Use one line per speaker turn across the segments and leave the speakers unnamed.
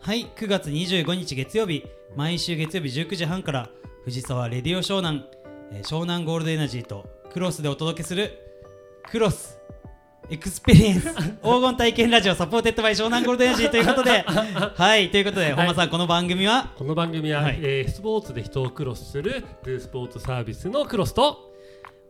はい9月25日月曜日毎週月曜日19時半から藤沢レディオ湘南えー湘南ゴールドエナジーとクロスでお届けするクロスエクスペリエ ンス黄金体験ラジオサポーテッドバイ湘南ゴールドエナジーということ ではいということで本間さんこの番組は
この番組は、
はい
えースポーツで人をクロスするドゥスポーツサービスのクロ スと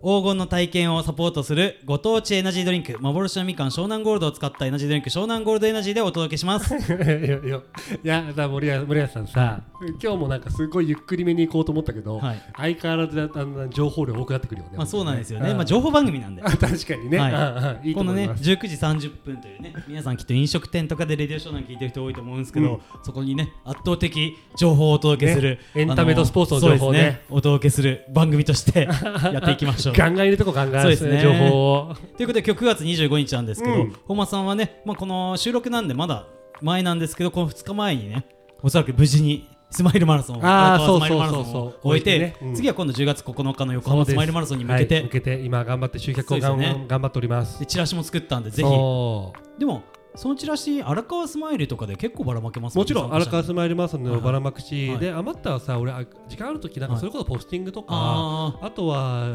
黄金の体験をサポートするご当地エナジードリンク幻のみかん湘南ゴールドを使ったエナジードリンク湘南ゴールドエナジーでお届けし ます
いやいやいやいやさ森谷森谷さんさ今日もなんかすごいゆっくりめに行こうと思ったけど、
はい
相変わらずだだんだん情報量多くなってくるよね。
まあそうなんですよね、
う
まあ、情報番組なんで
あ 確かにね、
はい
はい、いいと
この
思い
ね
ます、
19時30分というね皆さんきっと飲食店とかでレディオショーなんか聞いてる人多いと思うんですけど、そこにね圧倒的情報をお届けする、
ねエンタメとスポーツの
あー
情
そう
報ね
ですお届けする番組として やっていきましょう。
ガンガン入れとこうガンガン、
そうですね
情報を
ということで今日9月25日なんですけど、
うん
本間さんはね、まあ、この収録なんでまだ前なんですけどこの2日前にねおそらく無事にスマイルマラソンを
あー
横浜スマイル
そう
マ
そ
ラ
う
ソ
そう
ン
そう
を終えて
終えてねうん
次は今度10月9日の横
そう
浜
です
スマイルマラソンに向け
はい
て
向けて今頑張って集客を
そ
頑,、
うですね
頑張っております
でチラシも作ったんでぜひ
そう
でもそのチラシ荒川スマイルとかで結構ばらまけます
もちろ
参
ん
加
荒
者
川スマイルマラソン
は
の
い
ばらまくし、
はい
で余ったらさ俺あ時間ある時なんか
はい
それこそポスティングとか、
あ
あとは、あ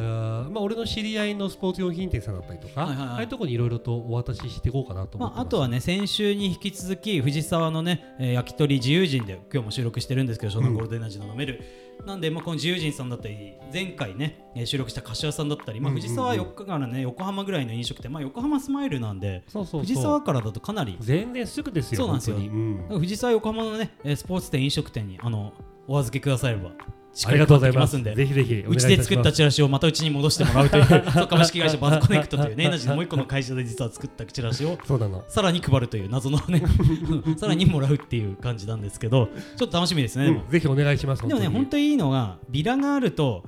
ーまあ、俺の知り合いのスポーツ用品店さんだったりとか、
はいはいはい
ああいうとこにいろいろとお渡ししていこうかなと
ー
思っ
ま
て
あ、
ま
あ
す、
とはね先週に引き続き藤沢のね、えー焼き鳥自由人で今日も収録してるんですけど湘南ゴールデンエナジーの飲める、なんで、まあ、この自由人さんだったり前回ねえー収録した柏さんだったり、まあ、
うんうんうん
藤沢4日からね横浜ぐらいの飲食店、まあ、横浜スマイルなんで
そうそうそう
藤沢からだとかなり
全然すぐですよ
そうなんですよ
本当にうん
なんか藤沢横浜のねえースポーツ店飲食店にあのお預けくださればしっ
あ
か
り
り
がとう
買って
ござい
きま
ますす
んで
ぜひぜひお願
う
いい
ち
たします
で作ったチラシをまたうちに戻してもらうという そう株式会社バズコネクトというねエナジーのもう一個の会社で実は作ったチラシを
そうなの
さらに配るという謎のね さらにもらうっていう感じなんですけどちょっと楽しみですね、
うんぜひお願いします
でもでもね本
本当
当にいいのがビラがあると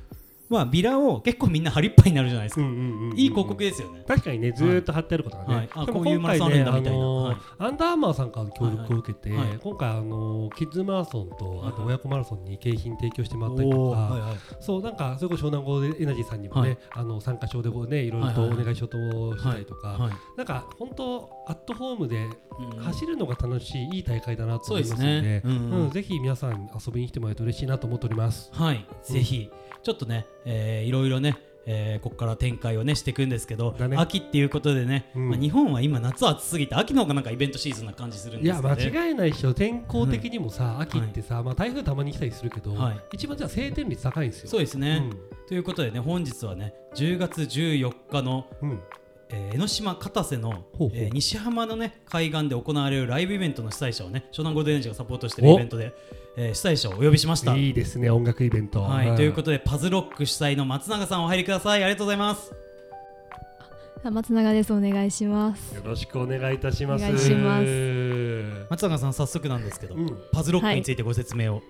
まあビラを結構みんな張りっぱいになるじゃないですか、
にうんうんうんうん
いい広告ですよね、
確かにねずーっと貼ってあることがね、
はいあ
で
こ
も
ういうマラ
今回
ソンある
ね
んだみたいな
のー
はい
アンダーマーさんからの協力を受けて、
はいはいはい
今回あのーキッズマラソンとあと親子マラソンに景品提供してもらったりとか、
おーはいはい
そうなんかそれこそ湘南ゴールデンエナジーさんにもね、
はい
あの参加賞でこうねいろいろと
はいは
お
いはい
願いしようとしたりとか、
はい
なんか本当アットホームで
うん
走るのが楽しい、いい大会だなと思いますの
そう
で
ですねう
うんんぜひ皆さん遊びに来てもらえると嬉しいなと思っております。
はい、ぜひちょっとね、えーいろいろね、えーここから展開をねしていくんですけど、
だね
秋っていうことでね、
うん
まあ、日本は今夏暑すぎて秋の方がなんかイベントシーズンな感じするん
い
です
や
よね
間違いないでしょ天候的にもさ、秋ってさ、まあ、台風たまに来たりするけど、
はい
一番じゃあ晴天率高いんですよ。
そうですね、
うん
ということでね本日はね10月14日の、
うん、
えー江ノ島片瀬の
ほうほう
えー西浜のね海岸で行われるライブイベントの主催者をね湘南ゴールデンエナジーがサポートしてるイベントで、えー主催者をお呼びしました。
いいですね音楽イベント。
はい、ということとでパズロック主催の松永さんお入りくださいありがとうございます
松永ですお願いします
よろしくお願いいたします。
お願いします
う
松永さん早速なんですけど、
ん
パズロックについてご説明を、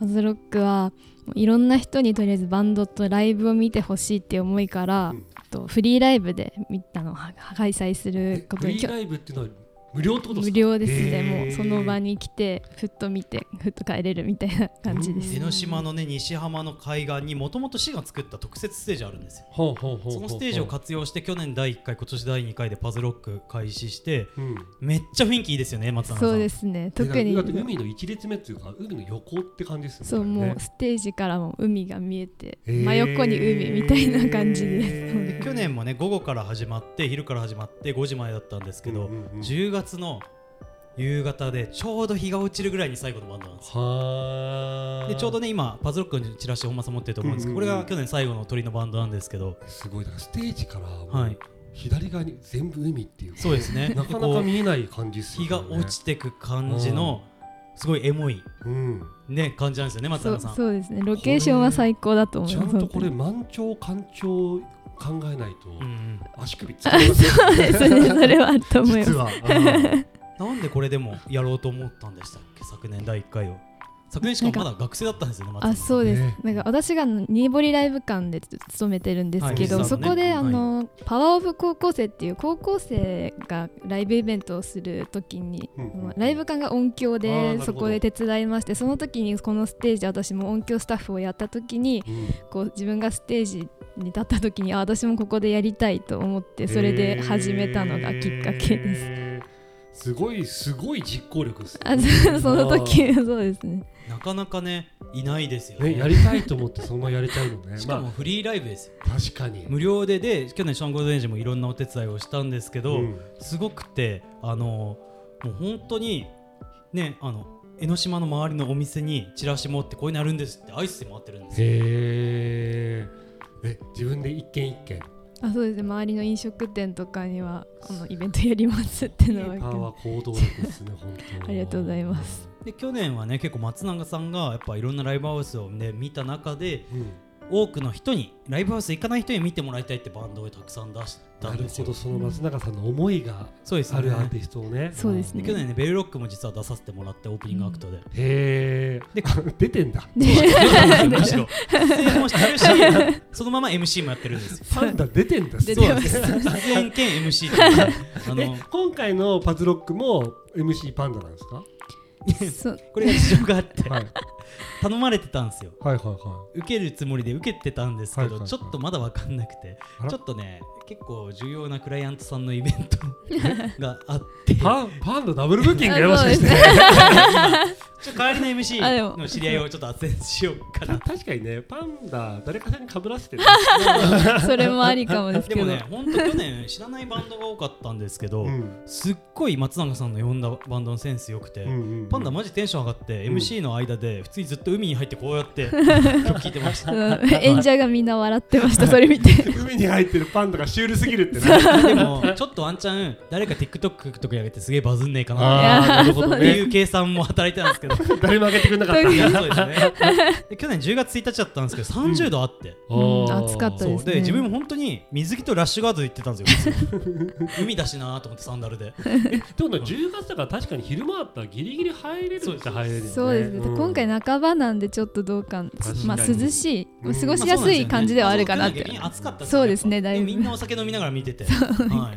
パズロックはもういろんな人にとりあえずバンドとライブを見てほしいっていう思いから、
うん
とフリーライブでみあのは開催すること
フ
に
リーライブっていうのは無料ってことです
無
か
料です
へ
ね
ー
もうその場に来てふっと見てふっと帰れるみたいな感じです
江ノ島のね西浜の海岸にもともと市が作った特設ステージあるんですよ
ほうほうほうほう
そのステージを活用して去年第1回今年第2回でパズロック開始して
うん
めっちゃ雰囲気いいですよね松永さん
そうですね特
で
に
だって海の一列目っていうか海の横って感じですよね
そうも
ね
うステージからも海が見えて
へー
真横に海みたいな感じです
へー
去年もね午後から始まって昼から始まって5時前だったんですけど、
うんうんうん
10月の夕方でちょうど日が落ちるぐらいに最後のバンドなんですよ
はー
でちょうどね今パズロックのチラシ本間さん持ってると思うんですけど、
うんうんう
こ
ん
れが去年最後の鳥のバンドなんですけど
すごいだからステージからもう
はい
左側に全部海っていう
そうですね
なかな
こ
か
う
見えない感じっすよ
日
ね
が落ちてく感じのすごいエモい
うん
ね感じなんですよね松
そ
永
う
さん
そうですねロケーションは最高だと思い
ちゃ
ます
んとこれ満潮干潮考えないと
うん
足首つりますよ
本当にそうですね それはあると思います
実はうん
うんなんでこれでもやろうと思ったんでしたっけ昨年第1回を昨年しかもまだ学生だったんですよね松
あ
永さん
そうです、
ね
なんか私がニーボリライブ館で勤めてるんですけど、
はい
そこで、
はい
あのパワーオブ高校生っていう高校生がライブイベントをするときに、
うんうん
ライブ館が音響
あーなる
で
ほど
そこで手伝いましてその時にこのステージ私も音響スタッフをやった時に
うん
こう自分がステージに立った時にあ私もここでやりたいと思ってそれで始めたのがきっかけです。
へーすごいすごい実行力ですね
あそその時そうですね
なかなかねいないですよね
ねやりたいと思ってそのままやれちゃうのね
しかも
ま
フリーライブですよ
あ確かに
無料でで去年ショーン・ゴールデンジもいろんなお手伝いをしたんですけど、
うん
すごくてあのもう本当にねあの江ノ島の周りのお店にチラシ持ってこういうのあるんですってアイスで回ってるんですよ
へーえ自分で一軒一軒
あそうですね周りの飲食店とかにはこのイベントやりますっての
パ
は
ワー行動力ですね本当、
ありがとうございます
で去年はね結構松永さんがやっぱいろんなライブハウスを、ね、見た中で
うん、
多くの人にライブハウス行かない人に見てもらいたいってバンドをたくさん出した
なんる
です
ほ
よ
どその松永さんの思いが
そうです
あ
ね
るアーティストをね
そうです
で
ね
去年ねベルロックも実は出させてもらってオープニングアクトで、
へえ
で
出てんだ
むしろ出演もしてるしそのまま MC もやってるんですよ
パンダ出てんだ
出てます
そうなんだ
出演兼 MC っていうね
え今回のパズロックも MC パンダなんですか、
あの
そう
これが事情があって
はい、はい
頼まれてたんですよ
はいは
受けるつもりで受けてたんですけ
はいはい
ど
はい
ちょっとまだ分かんなくて
あら
ちょっとね結構重要なクライアントさんのイベントがあって
いパンパンダダブルブッキングやま
あ
し
そう
か
で
し
す
て
ね
ちょっと代わりの
あでも
MC の知り合いをちょっと斡旋しようか
た
な
確かにねパンダ誰かさんにかぶらせてる
それもありかもです
で
け
も
ど、
ねほんと去年知らないバンドが多かったんですけど、
うん
すっごい松永さんの呼んだバンドのセンス良くて、
うんうんうん
パンダマジテンション上がって、
うん
MC の間で普通にずっと海に入ってこうやって曲聴いてました
うん演者がみんな笑ってましたそれ見て
海に入ってるパンダがシュールすぎるってね
でもちょっとワンチャン誰か TikTok とかやげてすげえバズんねえかな
あーなるほど
ってい
ね
う計算も働いてたんですけどそう
誰も上げてくれなかった
ですねで去年10月1日だったんですけど30度あって、
うん
あー
暑かった
そう
ですね
で自分も本当に水着とラッシュガードで行ってたんですよ海だしなーと思ってサンダルで
えってことは10月だから確かに昼間だったらギリギリ入れるっちゃ入れるよね
そうですね、
ん
今回半ばなんでちょっとどうか
確
まあ
かに
涼しい、
うん
過ごしやすい感じではあるかなっ
まあ
て、
そう逆に暑かった
そうですねだいぶ
みんなお酒飲みながら見てて、は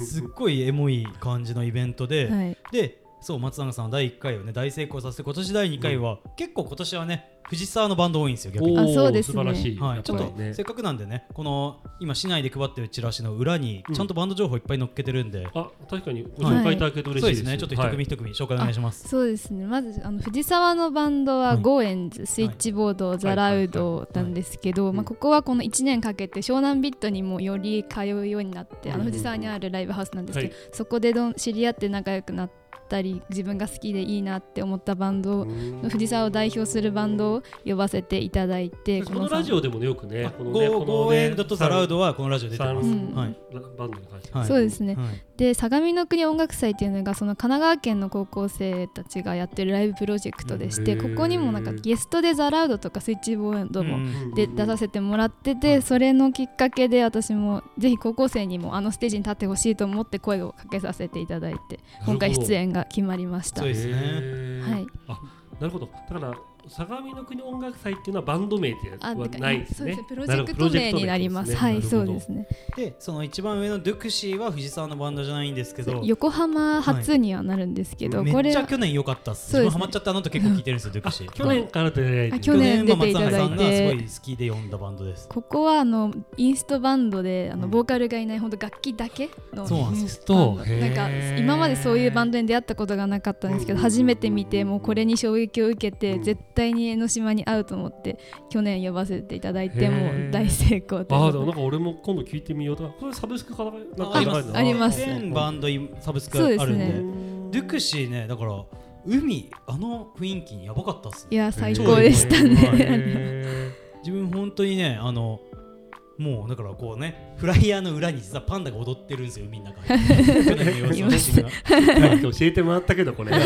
い、すっごいエモい感じのイベントで、
はい、
でそう松永さんは第1回をね大成功させて今年第2回は、結構今年はね藤沢のバンド多いんですよ逆に。
おー
あそうですね
素晴らしい、
はい、ちょっ
や
と
ぱりね
せっかくなんでねこの今市内で配ってるチラシの裏に
うん
ちゃんとバンド情報いっぱい載っけてるんで、
あ確かにご紹介いただけると嬉
そう
し
で
いですす
ねちょっと一組一組紹介お願いします。
そうですねまずあの藤沢のバンド
は
はいゴーエンズ、スイッチボード、ザラウドなんですけど、
い
まあ、ここはこの1年かけて湘南ビットにもより通うようになって、あ
うん
の藤沢にあるライブハウスなんですけど、そこでどん知り合って仲良くなったり自分が好きでいいなって思ったバンドを
はい
藤沢を代表するバンドを呼ばせていただいて
この
さん
ラジオでもねよくね
あ
このね
ゴー
この
ゴーエンドとザラウ
ド
ドはこのラジオ出てま
う
す。
ん
はい
バンドに関して
はい
そうですね
はい
で相模の国音楽祭っていうのがその神奈川県の高校生たちがやってるライブプロジェクトでして
うん
ここにもなんかゲストでザラウドとかスイッチボード
う
も
ん
で出さ
て
せてもらって
は
て
い
それのきっかけで私もぜひ高校生にもあのステージに立ってほしいと思って声をかけさせていただいて今回出演が決まりました
そう。ですね
はい
あなるほどだから相模の国音楽祭っていうのはバンド名では
あてか
ないです
そうです
ね
ねプロジェクト名になります。はい、そうですね。
でその一番上のドゥクシーは藤沢のバンドじゃないんですけど
横浜発にはななるんですけど、
め
こ
っ
れ
ちゃ
は
去年良かったっす自
そうですね
分ハマっちゃったのと結構聞いてるんですよドゥクシー
去年からで
あ去年
は
出ていただい
松
て
永さんがすごい好きで読んだバンドです
ここはあのインストバンドであ
う
の
ん
ボーカルがいないほんと楽器だけの
そうなんです
イ
よ
ンスト
あのなんか今までそういうバンドに出会ったことがなかったんですけど
うん
初めて見てもうこれに衝撃を受けて
うん
絶対に江ノ島に会うと思って去年呼ばせていただい
へ
て
ー
もう大成功と
あ
い
あ
う
で
こ
もな
とで
んか俺も今度聞いてみようとかこれサブスクかなんか
あります
なんか
あります
全バンドサブスク
そう
あ
です
るん
ね
でド
デ
ゥクシーねだから海あの雰囲気やばかったっすね
いや最高でしたね
自分本当にねあのもうだからこうねフライヤーの裏に実はパンダが踊ってるんですよ海 の中で去年の様子の写真が
なんか教えてもらったけど これこ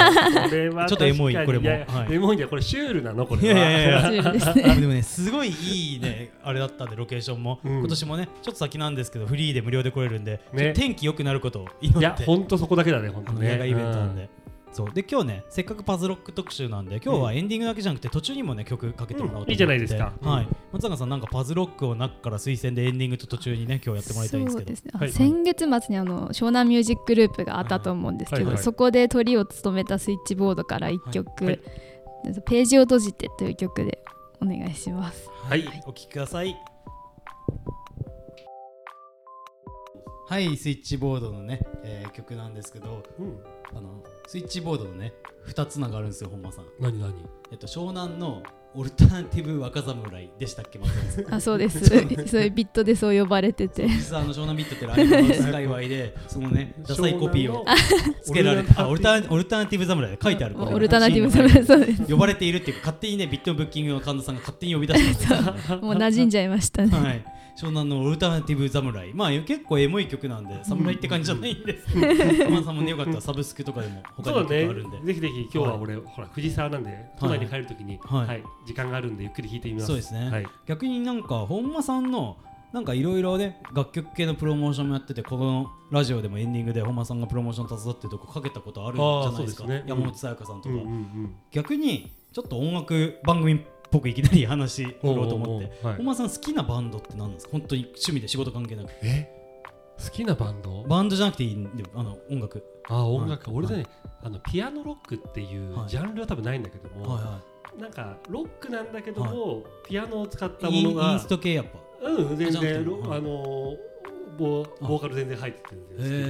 れは
ちょっとエモい
確
これ
か
も
にいやいや
はい
エモいんだよこれシュールなのこ
い
れ
や
はい
やいや
シュールです
あ
ね
でもね、すごいいいね、あれだったんで、ロケーションも、
うん
今年もね、ちょっと先なんですけど、フリーで無料で来れるんで、
ね
ちょっと天気良くなることを祈
い
っ
や
て、
本当そこだけだね本
あ
当
の
ね
野外イベントなんで、そうで今日ね、せっかくパズロック特集なんで、今日はエンディングだけじゃなくて、途中にもね、曲かけてもらおうと思って、
うんいいじゃないですか
は
う
い、松坂さん、なんかパズロックを中から推薦でエンディングと途中にね、今日やってもらいたいんです
そ
け
う
ど
で、すねあ
はい
先月末にあの湘南ミュージックループがあったと思うんですけ
はい
ど
はい
そこでトリを務めたスイッチボードから1曲
はい
「ページを閉じて」という曲でお願いします。
はい
お聴きください。はいスイッチボードのね、えー曲なんですけど
うん、
あのスイッチボードのね2つ名があるんですよ本間さん、
何何
えっと、湘南のオルタナティブ若侍でしたっけ松本さん
あそうです
そうで
そういうビットでそう呼ばれてて
実はあの湘南ビットってライブハウス界隈でそのねダサいコピーをつけられてあオルタナオルタナティブ侍で書いてあるこれ
オルタナティブサムライそうです
呼ばれているっていうか勝手にねビットのブッキングの神田さんが勝手に呼び出した んですよね
もう馴染んじゃいましたね、
はい、湘南のオルタナティブ侍まあ結構エモい曲なんで侍って感じじゃないんです 浜田さんもねよかったらサブスクとかでも他
そ
に
う
も曲あ
だ
るんで
ね。ぜひぜひ今日は俺、ほら藤沢なんで都内に帰るときに、
は
はいい、時間があるんでゆっくり弾いてみます。
そうですね
はい。
逆になんか本間さんのなんかいろいろね楽曲系のプロモーションもやっててこのラジオでもエンディングで本間さんがプロモーション携わってるとこかけたことあるんじゃないですか
あーそうですね
山本さやかさんと
うん
か、
うんうん。
逆にちょっと音楽番組っぽくいきなり話振ろうと思って
おうおうおうはい
本間さん好きなバンドって何なんですか本当に趣味で仕事関係なく
え好きなバンド
バンドじゃなくていいんであの音楽
あ音楽、
はい
俺ね、あのピアノロックっていう
はい
ジャンルは多分ないんだけども、
はいはい
なんかロックなんだけども、ピアノを使ったも
イン
の
イン
が
スト系やっぱ
うん全
じゃなくて
然
も
ロ
はい
あのーボーボーカル全然入ってるんですけど、
へ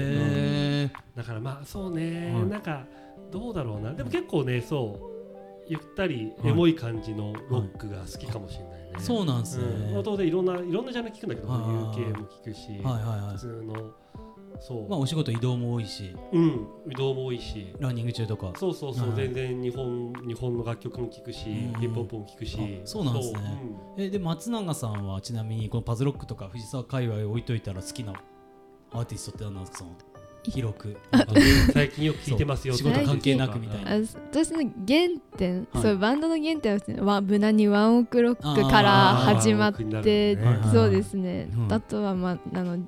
え
だからまあそうね、
はい
なんかどうだろうなでも結構ねそうゆったり
はい
エモい感じのロックが好きかもしれないね、
そうなんですね、
うんまあ当然いろんないろんなジャンル聞くんだけど
あー
UK も聞くし、
はいはいは
普
い
通のそう、
まあお仕事移動も多いし
うん移動も多いし
ランニング中とか
そうそうそう、
はい
全然日本日本の楽曲も聴くし、
うん
ヒップホップも聴くし
あそうなんですね
そう
えで松永さんはちなみにこのパズロックとか藤沢界隈を置いといたら好きなアーティストって何なんですかその広く
うん最近よく聴いてますよ
そう仕事
関係
なくみたいな
あ私の原点、
はい
そういうバンドの原点はですねわ無難にワンオクロックから
あー
始ま
ワ
っ
ンオクにな
て、
る
ねはい
そうですね、
うん
あとはまああの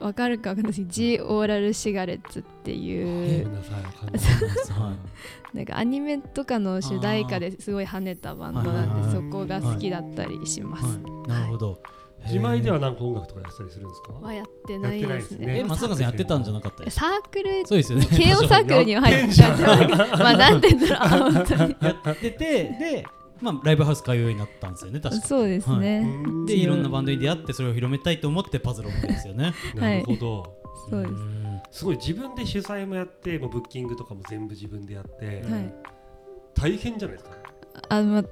わかるかわかんないですけど G オーラルシガレッツってい
ご
う
めんなさいわかんな い
はい
なんかアニメとかの主題歌ですごい跳ねたバンドなん
あ
で
ー
そこが好きだったりします。は
はいなるほど
自前で
は
はなんか音楽とかやったりするんですか
やってないですね。
え松永さんやってたんじゃなかったです
サークル
そうですよね
慶応サークルには入ってたんですけどまあなんて言うんだろうあ本当に
やっててでまあライブハウス通うようになったんですよね確か
そうですね、
うん
でいろんなバンドに出会ってそれを広めたいと思ってパズロックですよね
なるほど、
そうです
ん
すごい自分で主催もやってもうブッキングとかも全部自分でやって、
はい
大変じゃないですか
あのまあ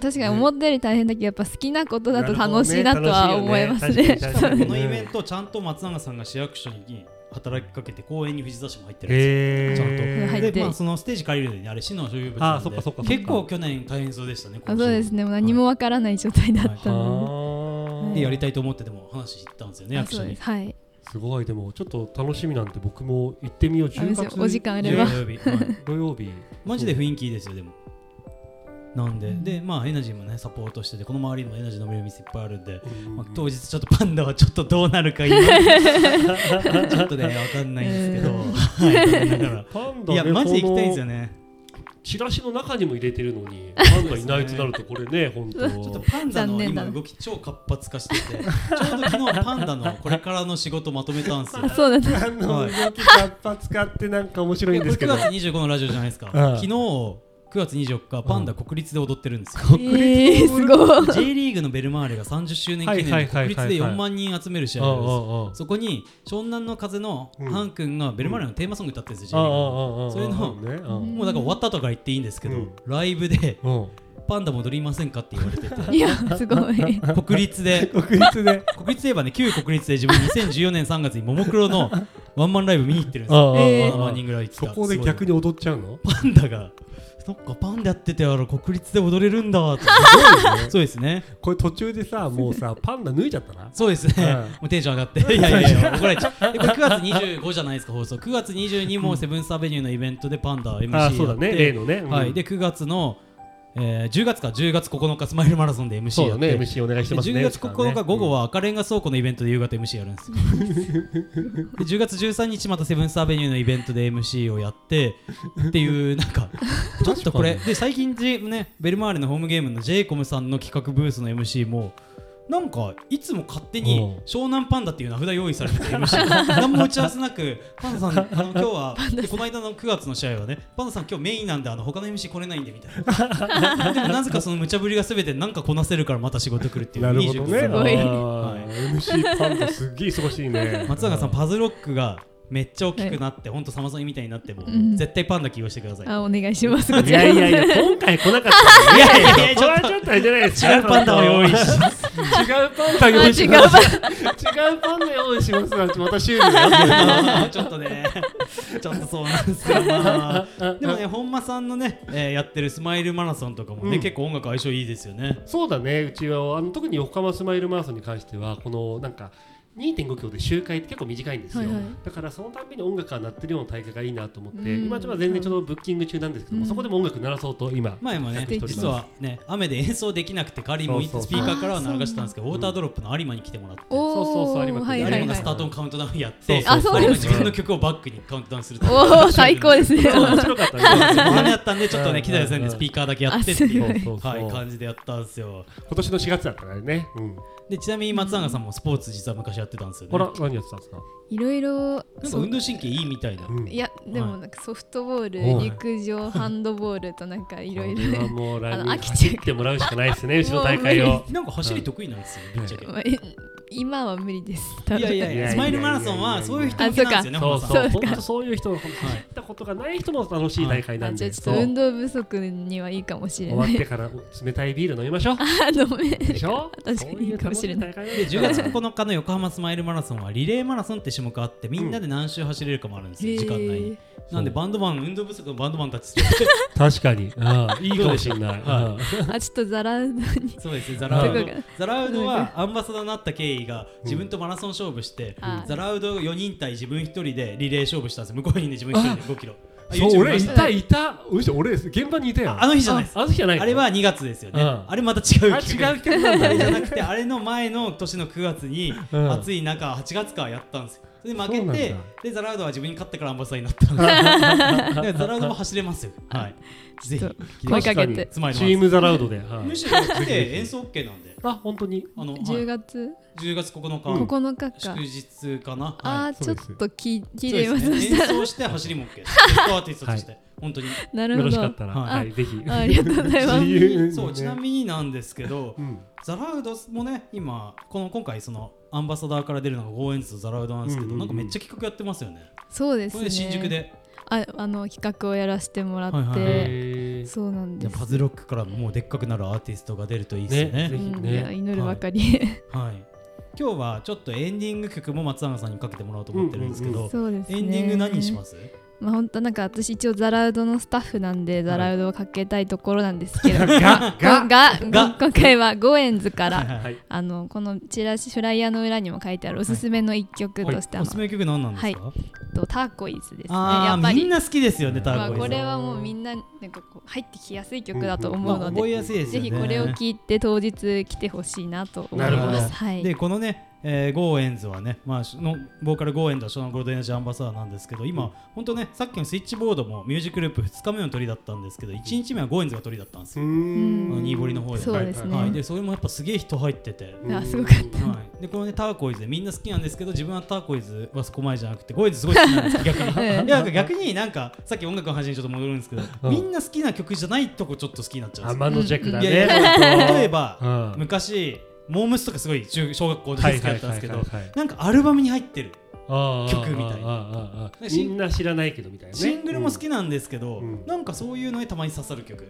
確かに思ったより大変だけど、やっぱ好きなことだと楽しいなとは思いますね。
なる
こ
ほどね楽しいよね確かに確かに
のイベントちゃんと松永さんが市役所に働きかけて公園に藤沢市も入ってるんですよ
へ
ちゃんと
入って
で、まあ、そのステージ借りるのにあれ市の所有物
あ
な
あ
んで
そっかそっかそっか
結構去年大変そうでしたね
あそうですね、もう何もわからない状態だったの
はあ
でやりたいと思ってても話行ったんですよね
で。あ
役
そ
所
うで
に
すはい、
すごいでもちょっと楽しみなんて僕も行ってみよう
あ
10
そうで
月
すよお時間あれば
土曜日はい
土曜日
マジで雰囲気いいですよでもなんででまあエナジーもねサポートしててこの周りにもエナジー飲める店いっぱいあるんで、
うん
まあ、当日ちょっとパンダはちょっとどうなる か今ちょっとねわかんないんですけど、
う
はいだ から
パンダ
いや
ね
マジで行きたいんですよ
この
ね
チラシの中にも入れてるの にパンダいないとなるとこれね本当
ちょっとパンダ
残
の
念だ
今動き超活発化しててちょうど昨日パンダのこれからの仕事まとめたんですよ
あそうなんだ。
あの
はい
動き活発化ってなんか面白いん
こ
で
れ
す
9
けど
月25のラジオじゃないですか、
うん
昨日9月24日パンダ国立で踊ってるん ですよ、
えー、すごい。
J リーグのベルマーレが30周年記念
はい
で
はいはいはいは
国
い
立で4万人集める試合
あああ
なんですよ
あああ
そこに湘南の風の
うん
ハン君がベルマーレのテーマソング歌ってるんです
ああ
よ、
あ
J リーグの
あああ
それの
ねああ
うん
もうだから終わったとから言っていいんですけど、
うん
ライブで
うん
パンダ戻りませんかって言われ てて
いや、すごい。
国立で
国立で
国立といえばね旧国立で自分2014年3月にももクロのワンマンライブ見に行ってるんです
ああ
よ
ああ
え
ワ
ー
ンマ
あ
ン
あ
人ぐらい行って
そ
た
こで逆に踊っちゃうの
パンダが、そっか、パンダやってて、あの国立で踊れるんだって、そうですね、
これ途中でさもうさパンダ脱いちゃったな
そうですね、
うん
もうテンション上がって、いやいやいや、怒られちゃう、でこれ9月25じゃないですか、放送、9月22もセブンスアベニューのイベントでパンダ MC
あ
や
あ
って、
そうだね例のねうん
はい、で9月の、えー10月か、10月9日、スマイルマラソンで MC
そう
や
だ
って、
ね MC お願いしてますね
10月9日午後は赤レンガ倉庫のイベントで夕方 MC やるんですよで10月13日またセブンスアベニューのイベントで MC をやってっていうなん かちょっとこれで最近じねベルマーレのホームゲームの j イコムさんの企画ブースの MC もなんかいつも勝手に
うん
湘南パンダっていう名札用意されてて MC 何も打ち合わせなくパンダさんあの今日はでこの間の9月の試合はねパンダさん今日メインなんであの他の MC 来れないんでみたいなでもなぜかその無茶ぶりがすべてなんかこなせるからまた仕事来るっていう
なるほどね。
29
すごい
あー MC パンダすっげえ忙しいね。
松永さんパズロックがめっちゃ大きくなって本当サマソニみたいになっても
うん
絶対パンダ起用してください
あお願いします。
いやいやいや、今回来なかった。いやいやいや、ちょっと、ちょっとあれじゃないですか。
違うパンダを用意します
違うパンダ用意します。違うパンダ用意しますなんて、また修理だよ。
ちょっとねちょっとそうなんですよ、ま あ、でもね本間さんのね、えーやってるスマイルマラソンとかもね、
うん
結構音楽相性いいですよね
そうだね、うちはあの特に横浜スマイルマラソンに関してはこのなんか2.5キロで周回って結構短いんですよ、
はいはい
だからそのたんびに音楽が鳴ってるような大会がいいなと思って、
うん
今ちょっと全然ちょっとブッキング中なんですけども、
うん
そこでも音楽鳴らそうと今、
前もね
素敵
実はね雨で演奏できなくて代わりにもう
そうそう
スピーカーからは流したんですけどウォータードロップの有馬に来てもらって。
おお。
そうそうそう有馬くん
はい
有
は
馬
いは
が
い
ス。タートのカウントダウンやって、
そう
そうそう
有馬自分の曲をバックにカウントダウンするっていう
おお最高ですね。
面白かっ
そ
た
うそうあれ
ね
やったんで、ちょっとね、
うん
木田さんでスピーカーだけやってっていう、
あ
そうそうそう
はい、感じでやったんですよ。
今年の4月だったからね、うん、
で、ちなみに松永さんもスポーツ実は昔やってたんですよね。
ほら何やってたんですか、
いろいろ。
なんか
そう
運動神経いいみたいな。
うん
いやでもなんかソフトボール、
はい
陸上、ハンドボールとなんかいろい
これは
ろ。
もう来
あ
年
の飽きちゃう
走ってもらうしかないですねうちの大会
も
を
なんか走り得意なんですよ、ぶっちゃけ。
まあえ今は無理です。多
い
分
やいやい
いや
や、
いやいやいや
スマイルマラソンはそういう人向けなんですよね、
そ
本田
うそう
さん。
本当そういう人走ったことがない人も楽しい大会な
あ
ん
じゃあ
で
ち
そ
ょっと運
う
動不足にはいいかもしれ
終わ
な
っ
い。
てから冷たいビール飲みましょう
あのめ
でしょ。
確かにいいかもしれない
で
10月9日の横浜スマイルマラソンはリレーマラソンって種目あってみんなで何周走れるかもあるんですよ、 時間内に。なんでバンドマン運動不足のバンドマンたち
確かに。うんいいかもしれない。うん
あちょっとザラに
そうですねザラウド
どこが
ザラウドはアンバサダーになった経緯が自分とマラソン勝負して、
うん
ザラウド4人対自分1人でリレー勝負したんですよ向こうにね自分1人で5キロあ
そう
YouTube
俺い
見ました
いた。うし俺現場にいたよ。
たあの日じゃないです
あの日じゃない。
あれは2月ですよね、
うん
あれまた違
あ
う
違う
企
企
画
画なん
あれじゃ
だ。
なくてあれの前の年の9月に
うん
暑い中8月からやったんですよそれで負け
そうなん
て
だ
でザラウドは自分に勝ったからアンバサダーになったん ですでザラウドも走れますよはいぜ
ちょっ
ひ
声かけ
確
て
かにチームザラウドで。はい
むしろ来て演奏 OK なんで
あ本当に。
あの、はい
10月
10月9日、
9日か
祝。日かな
あ
はい
あちょっと聞聞い
そうで
てみますす。
ね演奏して走りも OK ですゲストアーティストとして、本当に
なる
よ
ほ
ろしか
ど
っ。たら
はい
はいぜひ。
あありがとうございます。
自由に
そうちな
ね。
みになんですけど
うん
ザラウドもね今この今回そのアンバサダーから出るのがゴーエンズとザラウドなんですけど、
うんうんうん
なんかめっちゃ企画やってますよね
そうです
こ
ね。
れで新宿で
ああの企画をやらせてもらって、
はいはいは
へー
そうなん
じ
で
ゃあパ
す。
ズロックからもうでっかくなるアーティストが出るといいですよね
ねぜひ
うんいや祈るばかり、
はい今日はちょっとエンディング曲も松永さんにかけてもらおうと思ってるんですけど、
うんうん
そうですね。。
エンディング何にしますす
まあ本当なんか私一応ザラウドのスタッフなんでザラウドをかけたいところなんですけど、が
がが。
が
が
今回はゴエンズか
はい
ら
はい
はい
あのこのチラシフライヤーの裏にも書いてあるおすすめの一曲として、
お
あ
すす
の
め曲何なんですか、
とターコイズですね。や
ああ
っぱ
みん
り。
な好きですよねタ
ま
ー
あ、
コイズ
これはもうみんななんかこう入ってきやすい曲だと思う
まあ
ので、
覚えやすいです
ぜ
よね
ひこれを聞いて当日来てほしいなと思
ないるほ
ま
ど
す。はい。
でこのね、えー、ゴーエンズはね、まあ、しのボーカルゴーエンズは湘南ゴールドエナジーアンバサダーなんですけど今、
うん
ほんとねさっきのスイッチボードもミュージックループ2日目の鳥だったんですけど1日目はゴーエンズが鳥だったんですよ、
うん
あのニーボリの方で
そうですね。
ん
はい、でそれもやっぱすげえ人入ってて、
あすごかった
はい、でこのねターコイズでみんな好きなんですけど自分はターコイズはそこまでじゃなくてゴーエンズすごい好きなんです よ逆に。
え
いやなんか逆になんかさっき音楽の話にちょっと戻るんですけど、
うん
みんな好きな曲じゃないとこちょっと好きになっちゃうんですよ
天の弱だ
いや
ね
い。や
本当
例えば
うん
昔モームスとかすごい中小学校で好きだったんですけ
は
ど
いはいはいはいはい
なんかアルバムに入ってる曲
曲
みたいな
な
で
みんな知らないけどみたいなね
シングルも好きなんですけど、
うん
なんかそういうのにたまに刺さる曲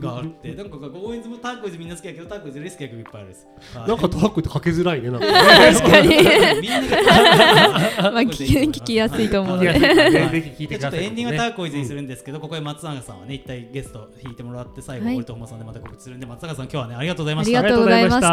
があ ってなんかゴーエンズもターコイズみんな好きやけどターコイズより好きな曲いっぱいあるんです、
う
は
ん
い
なんかタックってかけづらいねなんかね
確かに。
みんなが
まあ聞き聞きやすいと思うの
いや
で。
は
ね
い
ぜひ聞いてく
ちょっ
だ
と
さい
エンディングはターコイズにするんですけど、ここで松永さんはね一体ゲスト弾いてもらって最後、
はい
俺と本間さんでまた告知するんで松永さん今日はねありがとうございま
あ
し
り
た
がとうございまし
パズ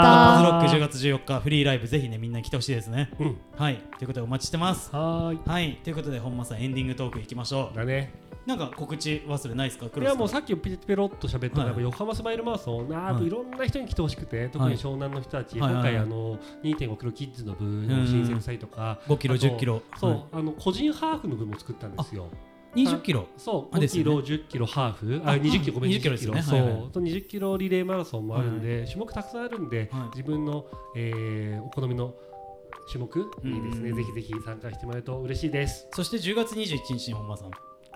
ロ
た。
ック10月14日フリーライブぜひねみんな来てほしいですね
うん
はいということでお待ちしてます
はーい
はいということで本間さんエンディングトークいきましょう
だね
なんか告知忘れないですかク
い
ロス
やもうさっきペペロっと喋った
はい
やっぱ横浜スマイルマラソンな
は
あ
い
いろんな人に来てほしくて特に湘南の人たち
はい
今
はい
回
はい
あの2.5キロキッズの部の新鮮祭とか
5キロ
あと
10キロ
そ
はいう
あの個人ハーフの部も作ったんですよ
20キロ
そう
あで
5
すよ
キ
ね
ロ、10キロハーフあ
あ
20キロごめん
20キロですよね
そう、
はいはい
と20キロリレーマラソンもあるんで、種目たくさんあるんで、
はい
自分の、えーお好みの種目
うん
にですね、ぜひぜひ参加してもらえると嬉しいです
そして10月21日に本間さん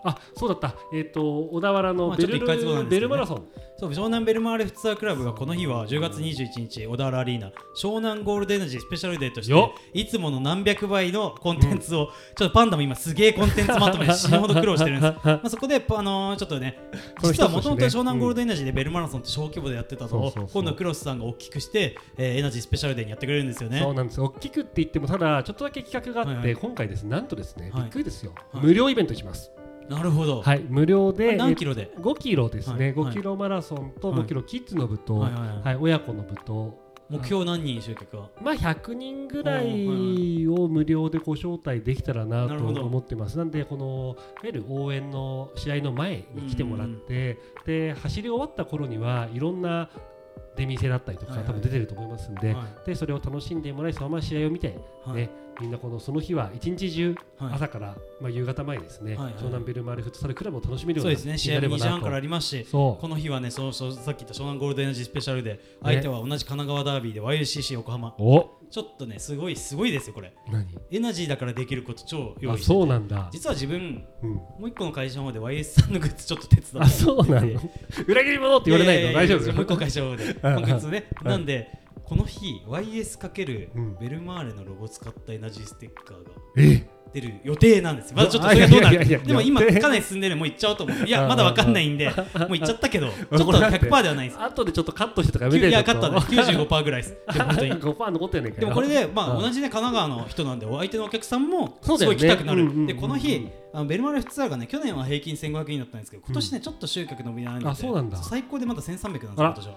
あそうだったえっ、と小田原
ま
の
あちょ
ベ
っと
ルル、
一ヶ月後なんですけどね
ベルマラソン
そう湘南ベルマーレフツアークラブがこの日は10月21日小田原アリーナ湘南ゴールデンエナジースペシャルデーとして
よ
いつもの何百倍のコンテンツを、ちょっとパンダも今すげえコンテンツまとめて死ぬほど苦労してるんです まあそこで、あのーちょっとね
この一つ
実はもともと
ですね
湘南ゴールデンエナジーでベルマラソンって小規模でやってたの
そう
を
そうそう
今度クロスさんが大きくして、えーエナジースペシャルデーにやってくれるんですよね
そうなんです大きくって言ってもただちょっとだけ企画があって、
はいはい
今回ですねなんとですね、
はい
びっくりですよ、
はい
無料イベントします
なるほど、
はい無料で
何キロで、
5キロですね、
はい
5キロマラソンと
はい
5キロキッズの部と、
は
はいい
はいはい
親子の部と、
目標何人集客は
まあ、100人ぐ
お
ら
ー
いを無料でご招待できたらな
な
と
るほど
思ってます。なんでこのいわゆる応援の試合の前に来てもらってで走り終わった頃にはいろんな出店だったりとか、
はいはい
多分出てると思いますんで,、
は
でそれを楽しんでもらいそのまま試合を見て、
いはい
ね、みんなこのその日は一日中、
はい
朝から、まあ、夕方前ですね、
はいはい
湘南ベルマーレフットサルクラブを楽しめるよ
そうう
な
です
日
ね試
にな
合
れば
2時
な
半からあ
と。
りますし
そう
この日はねそうそうさっき言った湘南ゴールデンエナジースペシャルで相手は同じ神奈川ダービーで YCC 横浜
お
ちょっとねすごいすごいですよこれ
何
エナジーだからできること超用
あ
意してて
そうなんだ、
実は自分
うん、
もう一個の会社の方で YS さんのグッズちょっと手伝って
あそうなの 裏切り者って言われないの
や
大
や
丈
やもう一個
夫
会社の方で
うんうん
グッズね
うん
なんでこの日 YS かける
うん
ベルマーレのロゴ使ったエナジーステッカーが
え
出る予定なんですよまだちょっとそれがどうな
あいやいやいや
る
いや
でも今
予定
かなり進んでるもう行っちゃおうと思ういや
あ
まだわかんないんでもう行っちゃったけ どちょっと
これだって
100%ではないです
後でちょっとカットしてとかやめて
いや
ちょ
勝
っ
っ
と
たんです95%ぐらい ですでも本当に
5%残ってんねんから
でもこれで、ま
う
あ、
ん
同じね神奈川の人なんでお相手のお客さんもす
そうだよ
ごい
ね
来たくな
うんうんうんう
る
ん
でこの日あのベルマーレフツアーがね去年は平均1500人だったんですけど今年ねちょっと集客伸びないので
あそうなんだ
最高でまだ1300なんですよ
あら
今年は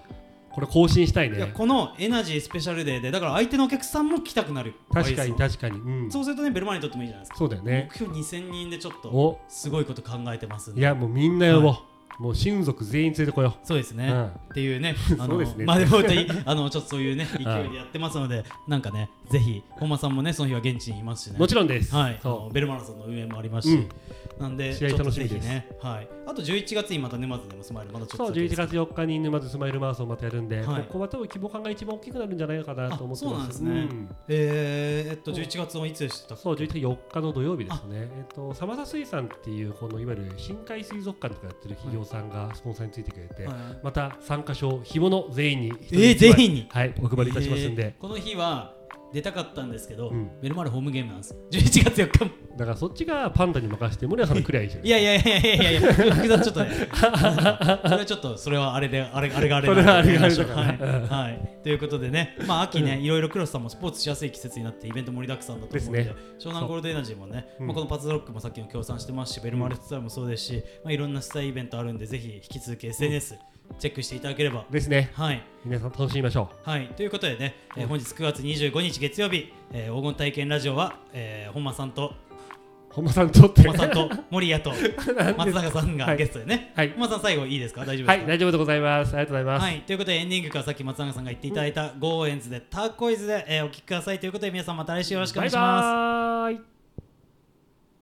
これ更新したい
いや
ね
このエナジースペシャルデーでだから相手のお客さんも来たくなる
確かに
ワイズ
確かに、うん、
の
そ
そうするとねベルマーレにとってもいいじゃないですか
うだよね
目標2000人でちょっと
お
すごいこと考えてますん
い
で
やもうみんな呼ぼう、もう親族全員連れてこよ
そうです
う、
ね、っていう ね、あ
そ
の
うですね
まあでも本当にあのちょっとそういう ね勢い
はい
でやってますので、なんかねぜひ本間さんもねその日は現地にいますし
う
ね
ん、もちろんです、
はい、あの
そ
ベルマラソンの運営もあります
う、う
し、
ん、
なんで、
試合
ちょっと
楽しみです
ぜひね、はい、あと11月にまた沼津でもスマイル、まだちょっ
そ
と
う
先で
11
す
月4日に沼津スマイルマラソンまたやるんで、
はい
ここは多分規模感が一番大きくなるんじゃないかなと思ってます
あそうなんですね
ん
えー、えっと、11月のいつでしたっけ
そう11月4日の土曜日ですね、えっと、サマサ水産っていうこのいわゆる深海水族館とかやってる企業さんがスポンサーについてくれて、
はい
また参加賞、干物全員に一人
えー、
一枚
全員に
はい、お配りいたしますん
え
で
ー、この日は出たかったんですけど、
うん
ベルマーレホームゲームなん です、11月4日も。
だからそっちがパンダに任せて、森谷 さんのクリアいいじゃん。
いやいやいやいやいやいや、複雑ちょっ とね、それはちょっと、それはあれで、あれあれがあれ
それはあれがあれだから
はい、はい。ということでね、まあ秋ね、いろいろクロスさんもスポーツしやすい季節になって、イベント盛りだくさんだと思うので、
です
湘南ゴールデンエナジーもね、
うん
まあ、このパズドロックもさっきの協賛してますし、ベルマルツアーもそうですし、まあ、いろんな主催イベントあるんで、ぜひ引き続き SNS チェックしていただければ。
ですね、
はい、
皆さん楽しみましょ
はい、ということでね、えー本日9月25日月曜日、えー黄金体験ラジオは、えー本間さん と
う。本間さんとって。
本間さんと森 谷と松坂さんがゲストでね、
はい
本間さん最後いいですか大丈夫
は
です
い、
か
大丈夫でございます。ありがとうございます。
はい、ということでエンディングからさっき松永さんが言っていただいた「ゴーエンズ」で「ターコイズで」えーお聴きくださいということで皆さんまた来週よろしくお
バ
願
イ
いします。
バーイ。